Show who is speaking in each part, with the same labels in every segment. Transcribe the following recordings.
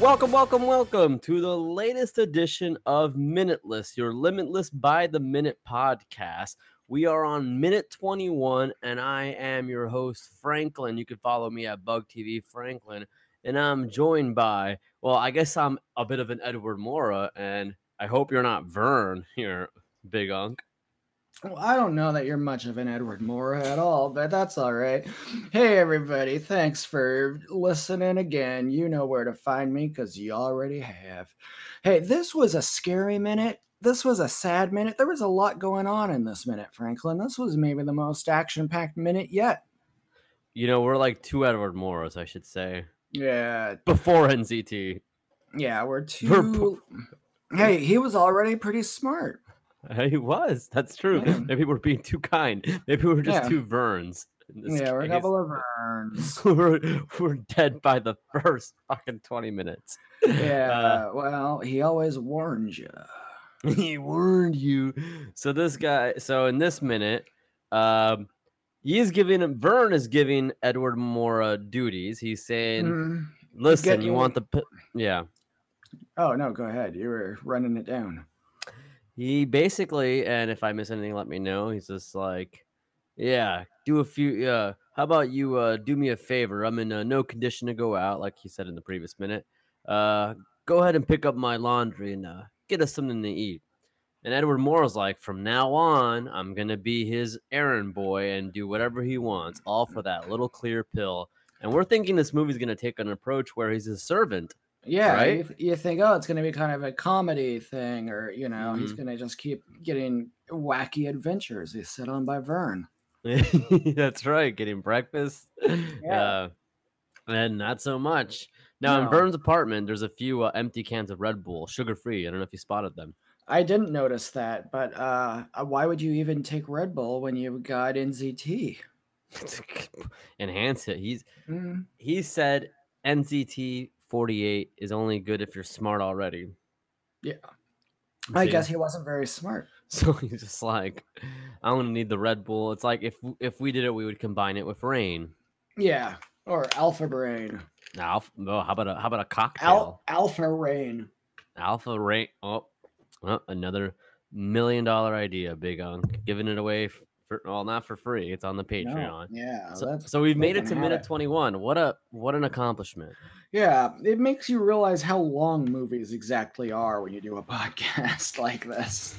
Speaker 1: Welcome, welcome, welcome to the latest edition of Minuteless, your Limitless by the Minute podcast. We are on minute 21, and I am your host, Franklin. You can follow me at Bug TV Franklin, and I'm joined by, well, I guess I'm a bit of an Edward Mora, and I hope you're not Vern here, Big Unk.
Speaker 2: Well, I don't know that you're much of an Edward Moore at all, but that's all right. Hey, everybody, thanks for listening again. You know where to find me because you already have. Hey, this was a scary minute. This was a sad minute. There was a lot going on in this minute, Franklin. This was maybe the most action packed minute yet.
Speaker 1: You know, we're like two Edward Moras, I should say,
Speaker 2: Yeah,
Speaker 1: before NZT.
Speaker 2: yeah, we're too. Hey, he was already pretty smart.
Speaker 1: He was. That's true.
Speaker 2: Yeah.
Speaker 1: Maybe we're being too kind. Maybe we're just
Speaker 2: Yeah.
Speaker 1: two Verns. in this Uh,
Speaker 2: Yeah, we're a
Speaker 1: case.
Speaker 2: couple of Verns.
Speaker 1: we're, we're dead by the first fucking 20 minutes.
Speaker 2: Yeah, well, he always warned you.
Speaker 1: Uh, he warned you. So this guy, so in this minute, um, he is giving Vern is giving Edward Mora duties. He's saying,
Speaker 2: Mm.
Speaker 1: "Listen, you
Speaker 2: getting-
Speaker 1: want the p- yeah."
Speaker 2: Oh no, go ahead. You were running it down.
Speaker 1: He basically, and if I miss anything, let me know. He's just like, yeah, do a few. Uh, how about you uh, do me a favor? I'm in uh, no condition to go out, like he said in the previous minute. Uh, go ahead and pick up my laundry and uh, get us something to eat. And Edward Moore's like, from now on, I'm gonna be his errand boy and do whatever he wants, all for that little clear pill. And we're thinking this movie's gonna take an approach where he's a servant.
Speaker 2: Yeah,
Speaker 1: Right?
Speaker 2: you, th- you think, oh, it's going to be kind of a comedy thing, or you know, he's
Speaker 1: Mhm.
Speaker 2: going to just keep getting wacky adventures. He's set on by Vern.
Speaker 1: That's right, getting breakfast.
Speaker 2: Yeah.
Speaker 1: Uh, and not so much. Now, in
Speaker 2: No.
Speaker 1: Vern's apartment, there's a few uh, empty cans of Red Bull, sugar free. I don't know if you spotted them.
Speaker 2: I didn't notice that, but uh, uh, why would you even take Red Bull when you got NZT?
Speaker 1: Enhance it. He's
Speaker 2: Mm.
Speaker 1: he said NCT 48 is only good if you're smart already.
Speaker 2: Yeah.
Speaker 1: You
Speaker 2: I
Speaker 1: see?
Speaker 2: guess he wasn't very smart.
Speaker 1: So he's just like, I'm gonna need the Red Bull. It's like if w- if we did it, we would combine it with rain.
Speaker 2: Yeah, or Alpha Brain,
Speaker 1: Now, alpha, no, how about a how about a cocktail?
Speaker 2: Al- Alpha Rain.
Speaker 1: Alpha Rain. Oh, oh, another million dollar idea, Big Unk. Giving it away f- for well, not for free. It's on the
Speaker 2: No,
Speaker 1: Patreon.
Speaker 2: Yeah,
Speaker 1: so,
Speaker 2: that's
Speaker 1: so we've made it to
Speaker 2: looking at
Speaker 1: minute
Speaker 2: it.
Speaker 1: 21. What a what an accomplishment.
Speaker 2: Yeah, it makes you realize how long movies exactly are when you do a podcast like this.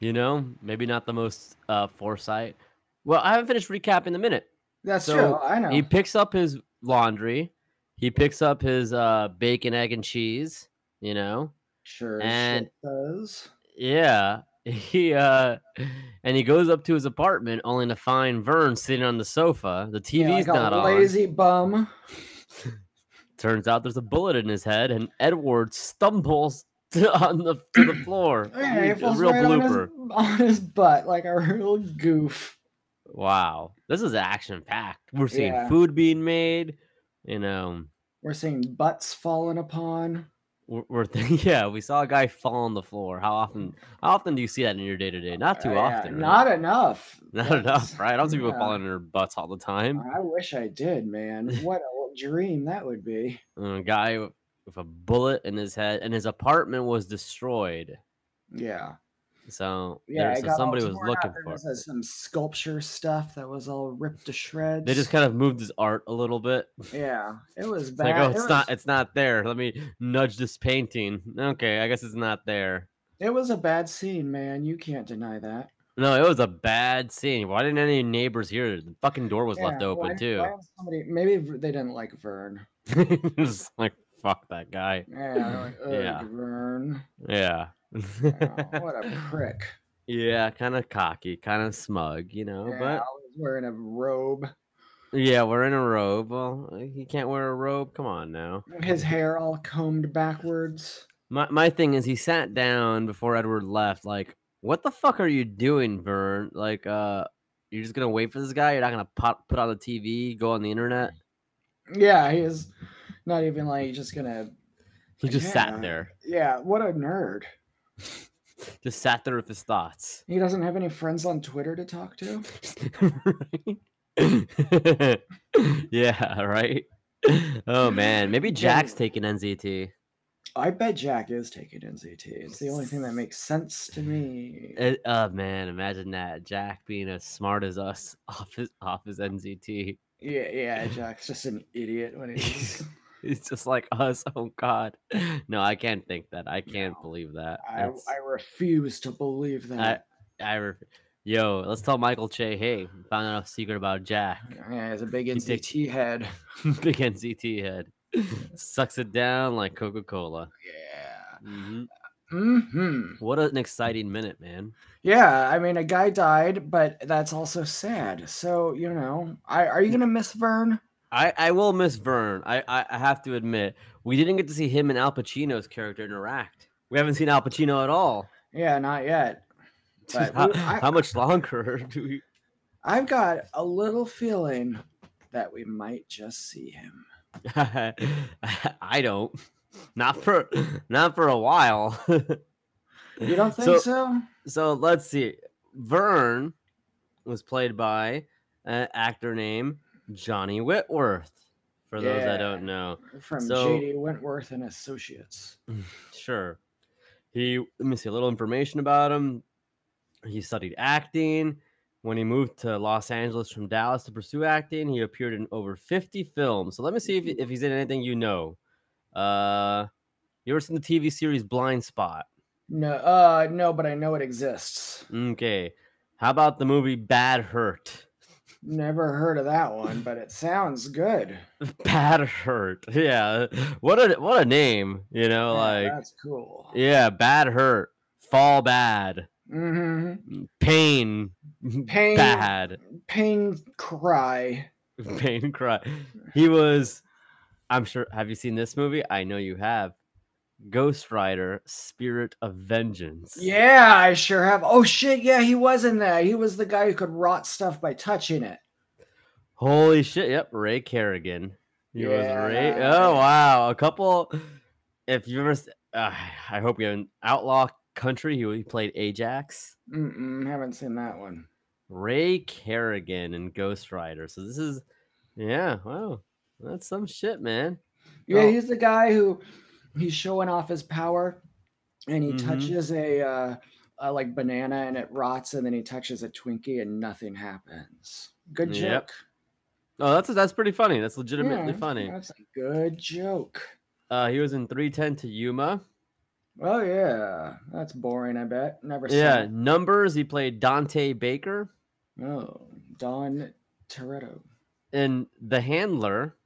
Speaker 1: You know, maybe not the most uh, foresight. Well, I haven't finished recapping the minute.
Speaker 2: That's
Speaker 1: So,
Speaker 2: true. I know.
Speaker 1: He picks up his laundry. He picks up his uh, bacon, egg, and cheese. You know,
Speaker 2: sure
Speaker 1: and-
Speaker 2: shit does.
Speaker 1: Yeah. He uh and he goes up to his apartment only to find Vern sitting on the sofa. The
Speaker 2: Yeah,
Speaker 1: TV's
Speaker 2: like a
Speaker 1: not on.
Speaker 2: lazy bum.
Speaker 1: Turns out there's a bullet in his head and Edward stumbles to, on the to the floor.
Speaker 2: Yeah,
Speaker 1: Ooh,
Speaker 2: he
Speaker 1: a
Speaker 2: falls
Speaker 1: real
Speaker 2: right on his,
Speaker 1: blooper.
Speaker 2: on his butt like a real goof.
Speaker 1: Wow. This is action packed. We're seeing
Speaker 2: Yeah.
Speaker 1: food being made, you know.
Speaker 2: We're seeing butts fallen upon.
Speaker 1: We're, we're th- yeah, we saw a guy fall on the floor. How often? How often do you see that in your day to day? Not too
Speaker 2: Uh, yeah,
Speaker 1: often. right?
Speaker 2: Not enough.
Speaker 1: Not
Speaker 2: That's-
Speaker 1: enough, right? I don't see people
Speaker 2: yeah.
Speaker 1: falling on their butts all the time.
Speaker 2: I wish I did, man. What a dream that would be.
Speaker 1: a guy w- with a bullet in his head, and his apartment was destroyed.
Speaker 2: Yeah.
Speaker 1: So
Speaker 2: Yeah.
Speaker 1: there-
Speaker 2: it
Speaker 1: so
Speaker 2: got all
Speaker 1: somebody was
Speaker 2: torn up.
Speaker 1: looking
Speaker 2: There
Speaker 1: for.
Speaker 2: was,
Speaker 1: it.
Speaker 2: uh, some sculpture stuff that was all ripped to shreds.
Speaker 1: They just kind of moved his art a little bit.
Speaker 2: Yeah, it was
Speaker 1: It's
Speaker 2: bad.
Speaker 1: like, oh,
Speaker 2: it
Speaker 1: it's
Speaker 2: was,
Speaker 1: not, it's not there. Let me nudge this painting. Okay, I guess it's not there.
Speaker 2: It was a bad scene, man. You can't deny that.
Speaker 1: No, it was a bad scene. Why didn't any neighbors hear it? The fucking door was left
Speaker 2: Yeah,
Speaker 1: open
Speaker 2: why-
Speaker 1: too.
Speaker 2: why was somebody, maybe v- they didn't like Vern.
Speaker 1: It was like, fuck that guy.
Speaker 2: Yeah, they're like, "Ugh,
Speaker 1: Yeah.
Speaker 2: Vern.
Speaker 1: Yeah.
Speaker 2: Oh, what a prick.
Speaker 1: yeah, kind of cocky, kind of smug, you know.
Speaker 2: yeah,
Speaker 1: Oh, But
Speaker 2: always wearing a robe.
Speaker 1: Yeah, we're in a robe. Well, he can't wear a robe. Come on now.
Speaker 2: His hair all combed backwards.
Speaker 1: My my thing is he sat down before Edward left. Like, what the fuck are you doing, Vern? Like, uh, you're just gonna wait for this guy? You're not gonna pop put on the TV, go on the internet?
Speaker 2: Yeah, he is not even like just gonna.
Speaker 1: He just
Speaker 2: Yeah.
Speaker 1: sat there.
Speaker 2: Yeah, what a nerd.
Speaker 1: Just sat there with his thoughts.
Speaker 2: He doesn't have any friends on Twitter to talk to.
Speaker 1: yeah, right. oh man, maybe Jack's taking NZT.
Speaker 2: I bet Jack is taking NZT. It's the only thing that makes sense to me.
Speaker 1: It, oh man, imagine that Jack being as smart as us off his off his NZT.
Speaker 2: Yeah, yeah, Jack's just an idiot when he's.
Speaker 1: It's just like us. Oh God, no, I can't think that. I can't
Speaker 2: No.
Speaker 1: believe that.
Speaker 2: I,
Speaker 1: That's-
Speaker 2: I refuse to believe that.
Speaker 1: I ref- Yo, let's tell Michael Che, hey, found out a secret about Jack.
Speaker 2: yeah, he's a big
Speaker 1: He picked-
Speaker 2: NZT head.
Speaker 1: Big NCT head. Sucks it down like Coca Cola.
Speaker 2: Yeah.
Speaker 1: Mhm.
Speaker 2: Hmm.
Speaker 1: What an exciting minute, man.
Speaker 2: Yeah, I mean, a guy died, but that's also sad. So you know, I, are you gonna miss Vern?
Speaker 1: I, I will miss Vern. I, I, I have to admit, we didn't get to see him and Al Pacino's character interact. We haven't seen Al Pacino at all.
Speaker 2: Yeah, not yet. But
Speaker 1: how,
Speaker 2: we- I-
Speaker 1: how much longer do we?
Speaker 2: I've got a little feeling that we might just see him.
Speaker 1: I don't. Not for not for a while.
Speaker 2: You don't think
Speaker 1: So-
Speaker 2: so?
Speaker 1: so let's see. Vern was played by an actor named Johnny Whitworth. For those that don't know,
Speaker 2: From
Speaker 1: so-
Speaker 2: JD Wentworth and Associates.
Speaker 1: sure. He let me see a little information about him. He studied acting. When he moved to Los Angeles from Dallas to pursue acting, he appeared in over 50 films. So let me see if, if he's in anything you know. Uh, you ever seen the TV series Blind Spot?
Speaker 2: No, uh, no, but I know it exists.
Speaker 1: Okay. How about the movie Bad Hurt?
Speaker 2: Never heard of that one, but it sounds good.
Speaker 1: Bad Hurt. Yeah. What a what a name. You know,
Speaker 2: Yeah,
Speaker 1: like
Speaker 2: that's cool.
Speaker 1: yeah, Bad Hurt. Fall bad.
Speaker 2: hmm
Speaker 1: Pain.
Speaker 2: Pain.
Speaker 1: Bad.
Speaker 2: Pain cry.
Speaker 1: Pain cry. He was I'm sure have you seen this movie? I know you have. Ghost Rider Spirit of Vengeance.
Speaker 2: Yeah, I sure have. Oh shit, yeah, he was in there. He was the guy who could rot stuff by touching it.
Speaker 1: Holy shit. Yep, Ray Kerrigan. He was Ray.
Speaker 2: Yeah.
Speaker 1: Oh wow. A couple if you ever s- uh, I hope you're in Outlaw Country, he he played Ajax.
Speaker 2: Mm-mm, haven't seen that one.
Speaker 1: Ray Kerrigan and Ghost Rider. So this is, yeah, wow, that's some shit, man.
Speaker 2: Yeah,
Speaker 1: Oh.
Speaker 2: he's the guy who he's showing off his power, and he
Speaker 1: Mhm.
Speaker 2: touches a, uh, a like banana and it rots, and then he touches a Twinkie and nothing happens. Good joke.
Speaker 1: Yep. Oh, that's that's pretty funny. That's
Speaker 2: Yeah,
Speaker 1: legitimately
Speaker 2: that's-
Speaker 1: funny.
Speaker 2: That's a good joke.
Speaker 1: Uh, he was in 310 to Yuma.
Speaker 2: Oh yeah, that's boring. I bet never.
Speaker 1: Yeah,
Speaker 2: Seen
Speaker 1: numbers. He played Dante Baker
Speaker 2: it. Oh, Don Toretto.
Speaker 1: in The Handler.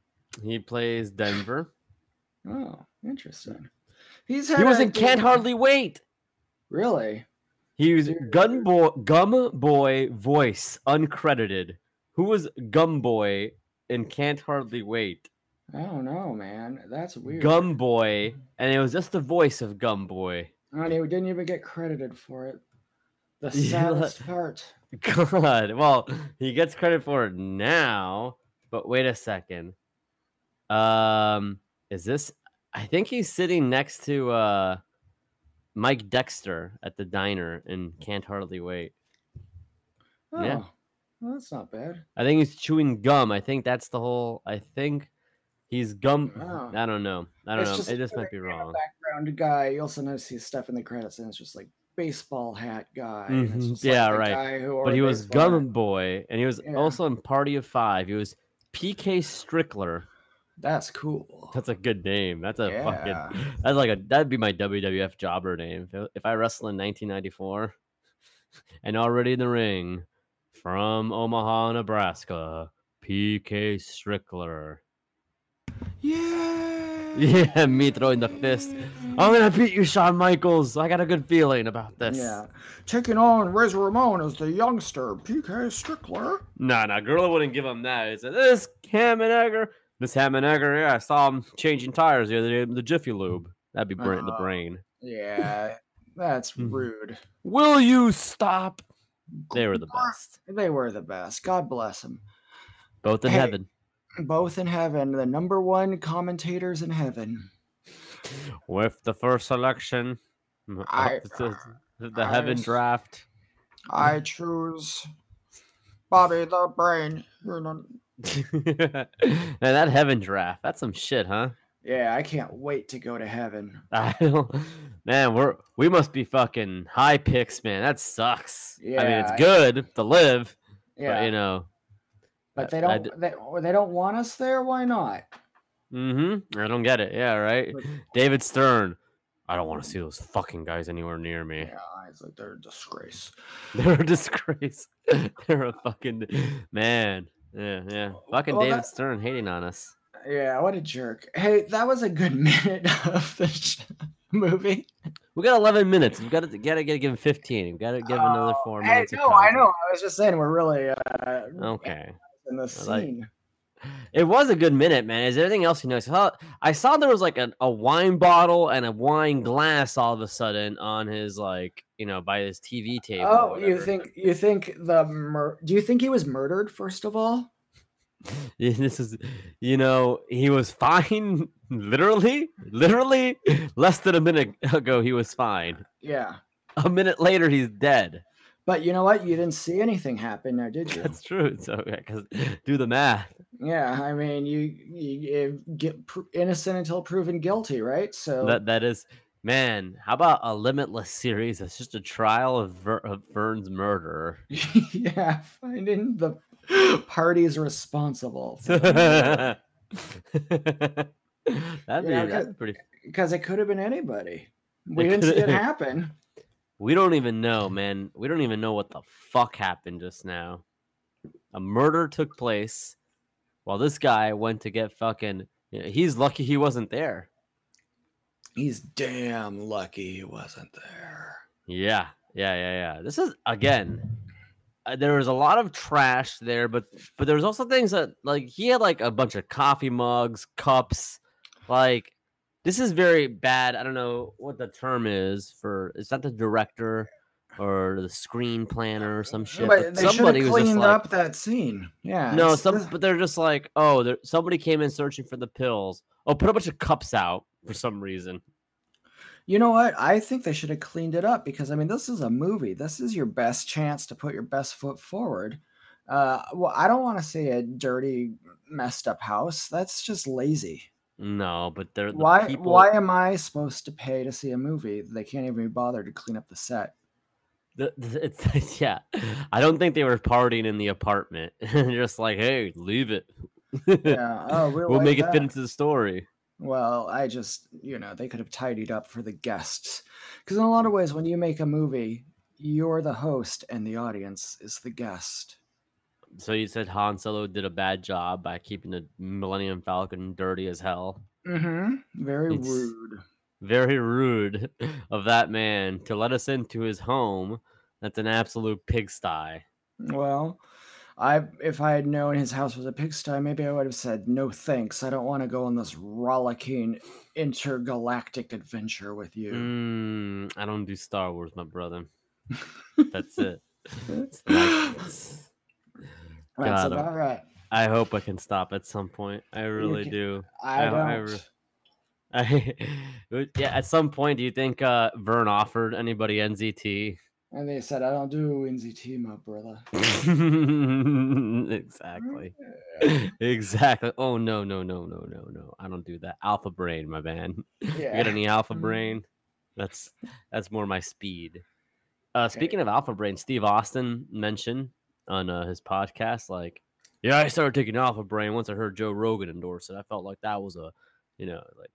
Speaker 1: He plays Denver.
Speaker 2: Oh, interesting. He's
Speaker 1: He
Speaker 2: had
Speaker 1: was
Speaker 2: a
Speaker 1: in Can't
Speaker 2: good-
Speaker 1: Hardly Wait.
Speaker 2: Really?
Speaker 1: He was
Speaker 2: Dude.
Speaker 1: Gun Boy, Gum Boy voice, uncredited. Who was Gum Boy in Can't Hardly Wait?
Speaker 2: I don't know, man. That's weird.
Speaker 1: Gumboy, and it was just the voice of Gumboy.
Speaker 2: I mean, we Oh, didn't even get credited for it. The
Speaker 1: Yeah,
Speaker 2: saddest part.
Speaker 1: God, well, he gets credit for it now, but wait a second. Um, is this? I think he's sitting next to uh Mike Dexter at the diner and can't hardly wait.
Speaker 2: Oh,
Speaker 1: Yeah.
Speaker 2: well, that's not bad.
Speaker 1: I think he's chewing gum. I think that's the whole. I think he's gum.
Speaker 2: Wow.
Speaker 1: I don't know. I don't
Speaker 2: It's
Speaker 1: know.
Speaker 2: just
Speaker 1: it just
Speaker 2: another
Speaker 1: might be
Speaker 2: random
Speaker 1: wrong.
Speaker 2: Background guy. You also notice his stuff in the credits, and it's just like baseball hat guy. and it's
Speaker 1: Mhm,
Speaker 2: just
Speaker 1: yeah,
Speaker 2: the
Speaker 1: right.
Speaker 2: guy who
Speaker 1: But
Speaker 2: wore
Speaker 1: he was
Speaker 2: baseball
Speaker 1: Gum
Speaker 2: hat.
Speaker 1: Boy, and he was
Speaker 2: Yeah.
Speaker 1: also in Party of Five. He was PK Strickler.
Speaker 2: That's cool.
Speaker 1: That's a good name. That's a
Speaker 2: Yeah.
Speaker 1: fucking. That's like a. That'd be my WWF jobber name. If, if I wrestle in 1994, and already in the ring, from Omaha, Nebraska, PK Strickler.
Speaker 2: Yeah.
Speaker 1: Yeah, me throwing the fist. I'm gonna beat you, Shawn Michaels. I got a good feeling about this.
Speaker 2: Yeah. Taking on Riz Ramon as the youngster, PK Strickler.
Speaker 1: Nah, nah, Gorilla wouldn't give him that. He said, "This ham and egger, this ham and egger. Yeah, I saw him changing tires the other day. in The Jiffy Lube. That'd be brain, the
Speaker 2: Oh.
Speaker 1: brain.
Speaker 2: Yeah, that's
Speaker 1: Mhm.
Speaker 2: rude.
Speaker 1: Will you stop? They were the best.
Speaker 2: They were the best. God bless them.
Speaker 1: Both in
Speaker 2: Hey.
Speaker 1: heaven.
Speaker 2: Both in heaven, the number one commentators in heaven.
Speaker 1: With the first selection, m-
Speaker 2: I-
Speaker 1: of the, the- the
Speaker 2: I
Speaker 1: heaven
Speaker 2: s-
Speaker 1: draft.
Speaker 2: I choose Bobby the Brain. Heenan.
Speaker 1: Man, that heaven draft. That's some shit, huh?
Speaker 2: Yeah, I can't wait to go to heaven.
Speaker 1: I don't, man, we're we must be fucking high picks, man. That sucks. I mean, it's
Speaker 2: Yeah, I-
Speaker 1: good to live,
Speaker 2: Yeah,
Speaker 1: but you know,
Speaker 2: but they
Speaker 1: I- I
Speaker 2: don't. They, or they don't want us there. Why not?
Speaker 1: mm-hmm. I don't get it. Yeah, right. David Stern. I don't want to see those fucking guys anywhere near me.
Speaker 2: Yeah, it's like they're a disgrace.
Speaker 1: They're a disgrace. They're a fucking man. Yeah, yeah. Fucking
Speaker 2: Well,
Speaker 1: David
Speaker 2: that-
Speaker 1: Stern hating on us.
Speaker 2: Yeah, what a jerk. Hey, that was a good minute of the sh- movie.
Speaker 1: We got 11 minutes. We got to gotta, gotta give him 15. We got to give him another
Speaker 2: Oh,
Speaker 1: four
Speaker 2: Hey,
Speaker 1: minutes. of
Speaker 2: no, I
Speaker 1: content.
Speaker 2: know. I was just saying we're really uh,
Speaker 1: Okay.
Speaker 2: in the
Speaker 1: I like-
Speaker 2: scene.
Speaker 1: It was a good minute, man. Is there anything else you noticed? Huh, I saw there was like a, a wine bottle and a wine glass all of a sudden on his, like, you know, by his TV table. or
Speaker 2: oh, you
Speaker 1: whatever.
Speaker 2: think you think the mur- do you think he was murdered first of all?
Speaker 1: Yeah, this is you know he was fine literally literally less than a minute ago he was fine
Speaker 2: Yeah.
Speaker 1: a minute later he's dead
Speaker 2: But you know what? You didn't see anything happen there, did you?
Speaker 1: that's true so yeah, 'cause do the math
Speaker 2: yeah, I mean, you, you uh, get pr- innocent until proven guilty, right? So
Speaker 1: that that is man how about a limitless series that's just a trial of, Ver, of vern's murder
Speaker 2: yeah, finding the parties responsible.
Speaker 1: that'd be
Speaker 2: Yeah,
Speaker 1: that'd be pretty
Speaker 2: because it could have been anybody. We
Speaker 1: It
Speaker 2: didn't see it
Speaker 1: coulda-
Speaker 2: happen.
Speaker 1: We don't even know, man. We don't even know what the fuck happened just now. A murder took place while this guy went to get fucking. yeah, He's lucky he wasn't there.
Speaker 2: He's damn lucky he wasn't there.
Speaker 1: Yeah, yeah, yeah, yeah. This is again. uh, There was a lot of trash there, but but there was also things that like he had like a bunch of coffee mugs, cups. Like this is very bad. I don't know what the term is for. It's not the director or the screen planner or some shit.
Speaker 2: but
Speaker 1: But
Speaker 2: they should
Speaker 1: somebody
Speaker 2: have
Speaker 1: was just
Speaker 2: cleaned
Speaker 1: like,
Speaker 2: up that scene. Yeah.
Speaker 1: No,
Speaker 2: it's-
Speaker 1: some
Speaker 2: this-
Speaker 1: but they're just like, oh, there, somebody came in searching for the pills. Oh, put a bunch of cups out for some reason.
Speaker 2: You know what? I think they should have cleaned it up because I mean, this is a movie. This is your best chance to put your best foot forward. Uh, well, I don't want to see a dirty, messed up house. That's just lazy.
Speaker 1: No, but they're the
Speaker 2: Why?
Speaker 1: people.
Speaker 2: Why am I supposed to pay to see a movie? They can't even be bothered to clean up the set.
Speaker 1: the- the- it's, yeah, I don't think they were partying in the apartment. just like, hey, leave it.
Speaker 2: Yeah. Oh, we
Speaker 1: we'll
Speaker 2: like
Speaker 1: make it
Speaker 2: that.
Speaker 1: fit into the story.
Speaker 2: Well, I just, you know, they could have tidied up for the guests. Because in a lot of ways, when you make a movie, you're the host and the audience is the guest.
Speaker 1: So you said Han Solo did a bad job by keeping the Millennium Falcon dirty as hell.
Speaker 2: Mm-hmm. Very
Speaker 1: It's-
Speaker 2: rude.
Speaker 1: Very rude of that man to let us into his home. That's an absolute pigsty.
Speaker 2: Well, I if I had known his house was a pigsty, maybe I would have said, no thanks. I don't want to go on this rollicking intergalactic adventure with you.
Speaker 1: Mm, I don't do Star Wars, my brother. That's it. It's like- it's-
Speaker 2: That's
Speaker 1: got 'em.
Speaker 2: about right.
Speaker 1: I hope I can stop at some point. I really
Speaker 2: ca-
Speaker 1: do.
Speaker 2: I
Speaker 1: I-
Speaker 2: don't.
Speaker 1: I re- I, would- yeah, at some point, do you think uh, Vern offered anybody NZT?
Speaker 2: and they said, I don't do NZT, my brother.
Speaker 1: exactly. exactly. Oh no, no, no, no, no, no. I don't do that. Alpha brain, my man. You
Speaker 2: Yeah.
Speaker 1: got any alpha
Speaker 2: Mm.
Speaker 1: brain? That's that's more my speed. Uh, speaking of alpha brain, Steve Austin mentioned on uh, his podcast, like, yeah, I started taking alpha brain once I heard Joe Rogan endorse it. I felt like that was a, you know, like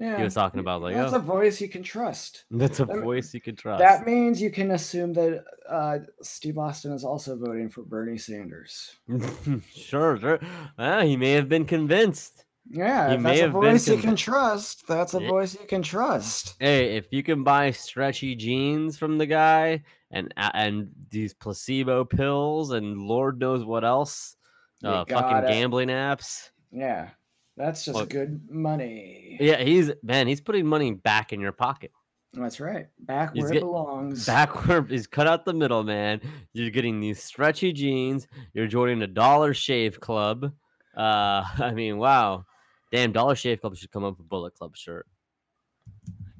Speaker 2: yeah.
Speaker 1: he was talking about, like,
Speaker 2: That's
Speaker 1: oh,
Speaker 2: a voice you can trust.
Speaker 1: that's a
Speaker 2: that-
Speaker 1: voice you can trust.
Speaker 2: That means you can assume that uh, Steve Austin is also voting for Bernie Sanders.
Speaker 1: sure, sure. Well, he may have been convinced.
Speaker 2: Yeah,
Speaker 1: He
Speaker 2: if
Speaker 1: may
Speaker 2: that's a
Speaker 1: have been
Speaker 2: voice you
Speaker 1: conv-
Speaker 2: can trust. That's a
Speaker 1: Yeah.
Speaker 2: voice you can trust.
Speaker 1: Hey, if you can buy stretchy jeans from the guy and a- and these placebo pills and Lord knows what else,
Speaker 2: You
Speaker 1: uh,
Speaker 2: gotta-
Speaker 1: fucking gambling apps.
Speaker 2: Yeah, that's just
Speaker 1: Look.
Speaker 2: good money.
Speaker 1: Yeah, he's man, he's putting money back in your pocket.
Speaker 2: That's right. Back
Speaker 1: He's
Speaker 2: where it
Speaker 1: get-
Speaker 2: belongs.
Speaker 1: Back where he's cut out the middle, man. You're getting these stretchy jeans. You're joining the Dollar Shave Club. Uh, I mean, wow, damn, Dollar Shave Club should come up with a Bullet Club shirt.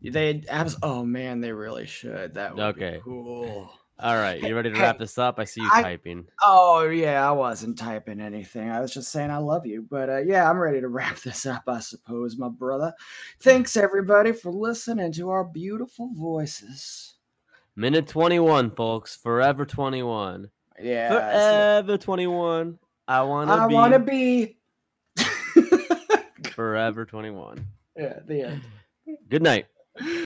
Speaker 2: They abs- oh man, they really should. That would be
Speaker 1: Okay.
Speaker 2: cool.
Speaker 1: All right, you ready to
Speaker 2: Hey,
Speaker 1: wrap this up? I see you
Speaker 2: I-
Speaker 1: typing.
Speaker 2: Oh yeah, I wasn't typing anything. I was just saying I love you. But uh, yeah, I'm ready to wrap this up, I suppose, my brother. Thanks everybody for listening to our beautiful voices.
Speaker 1: Minute 21, folks. Forever 21.
Speaker 2: Yeah. it's-
Speaker 1: Forever 21. I want
Speaker 2: I
Speaker 1: to be
Speaker 2: want to be.
Speaker 1: forever 21.
Speaker 2: yeah, the end.
Speaker 1: Good night.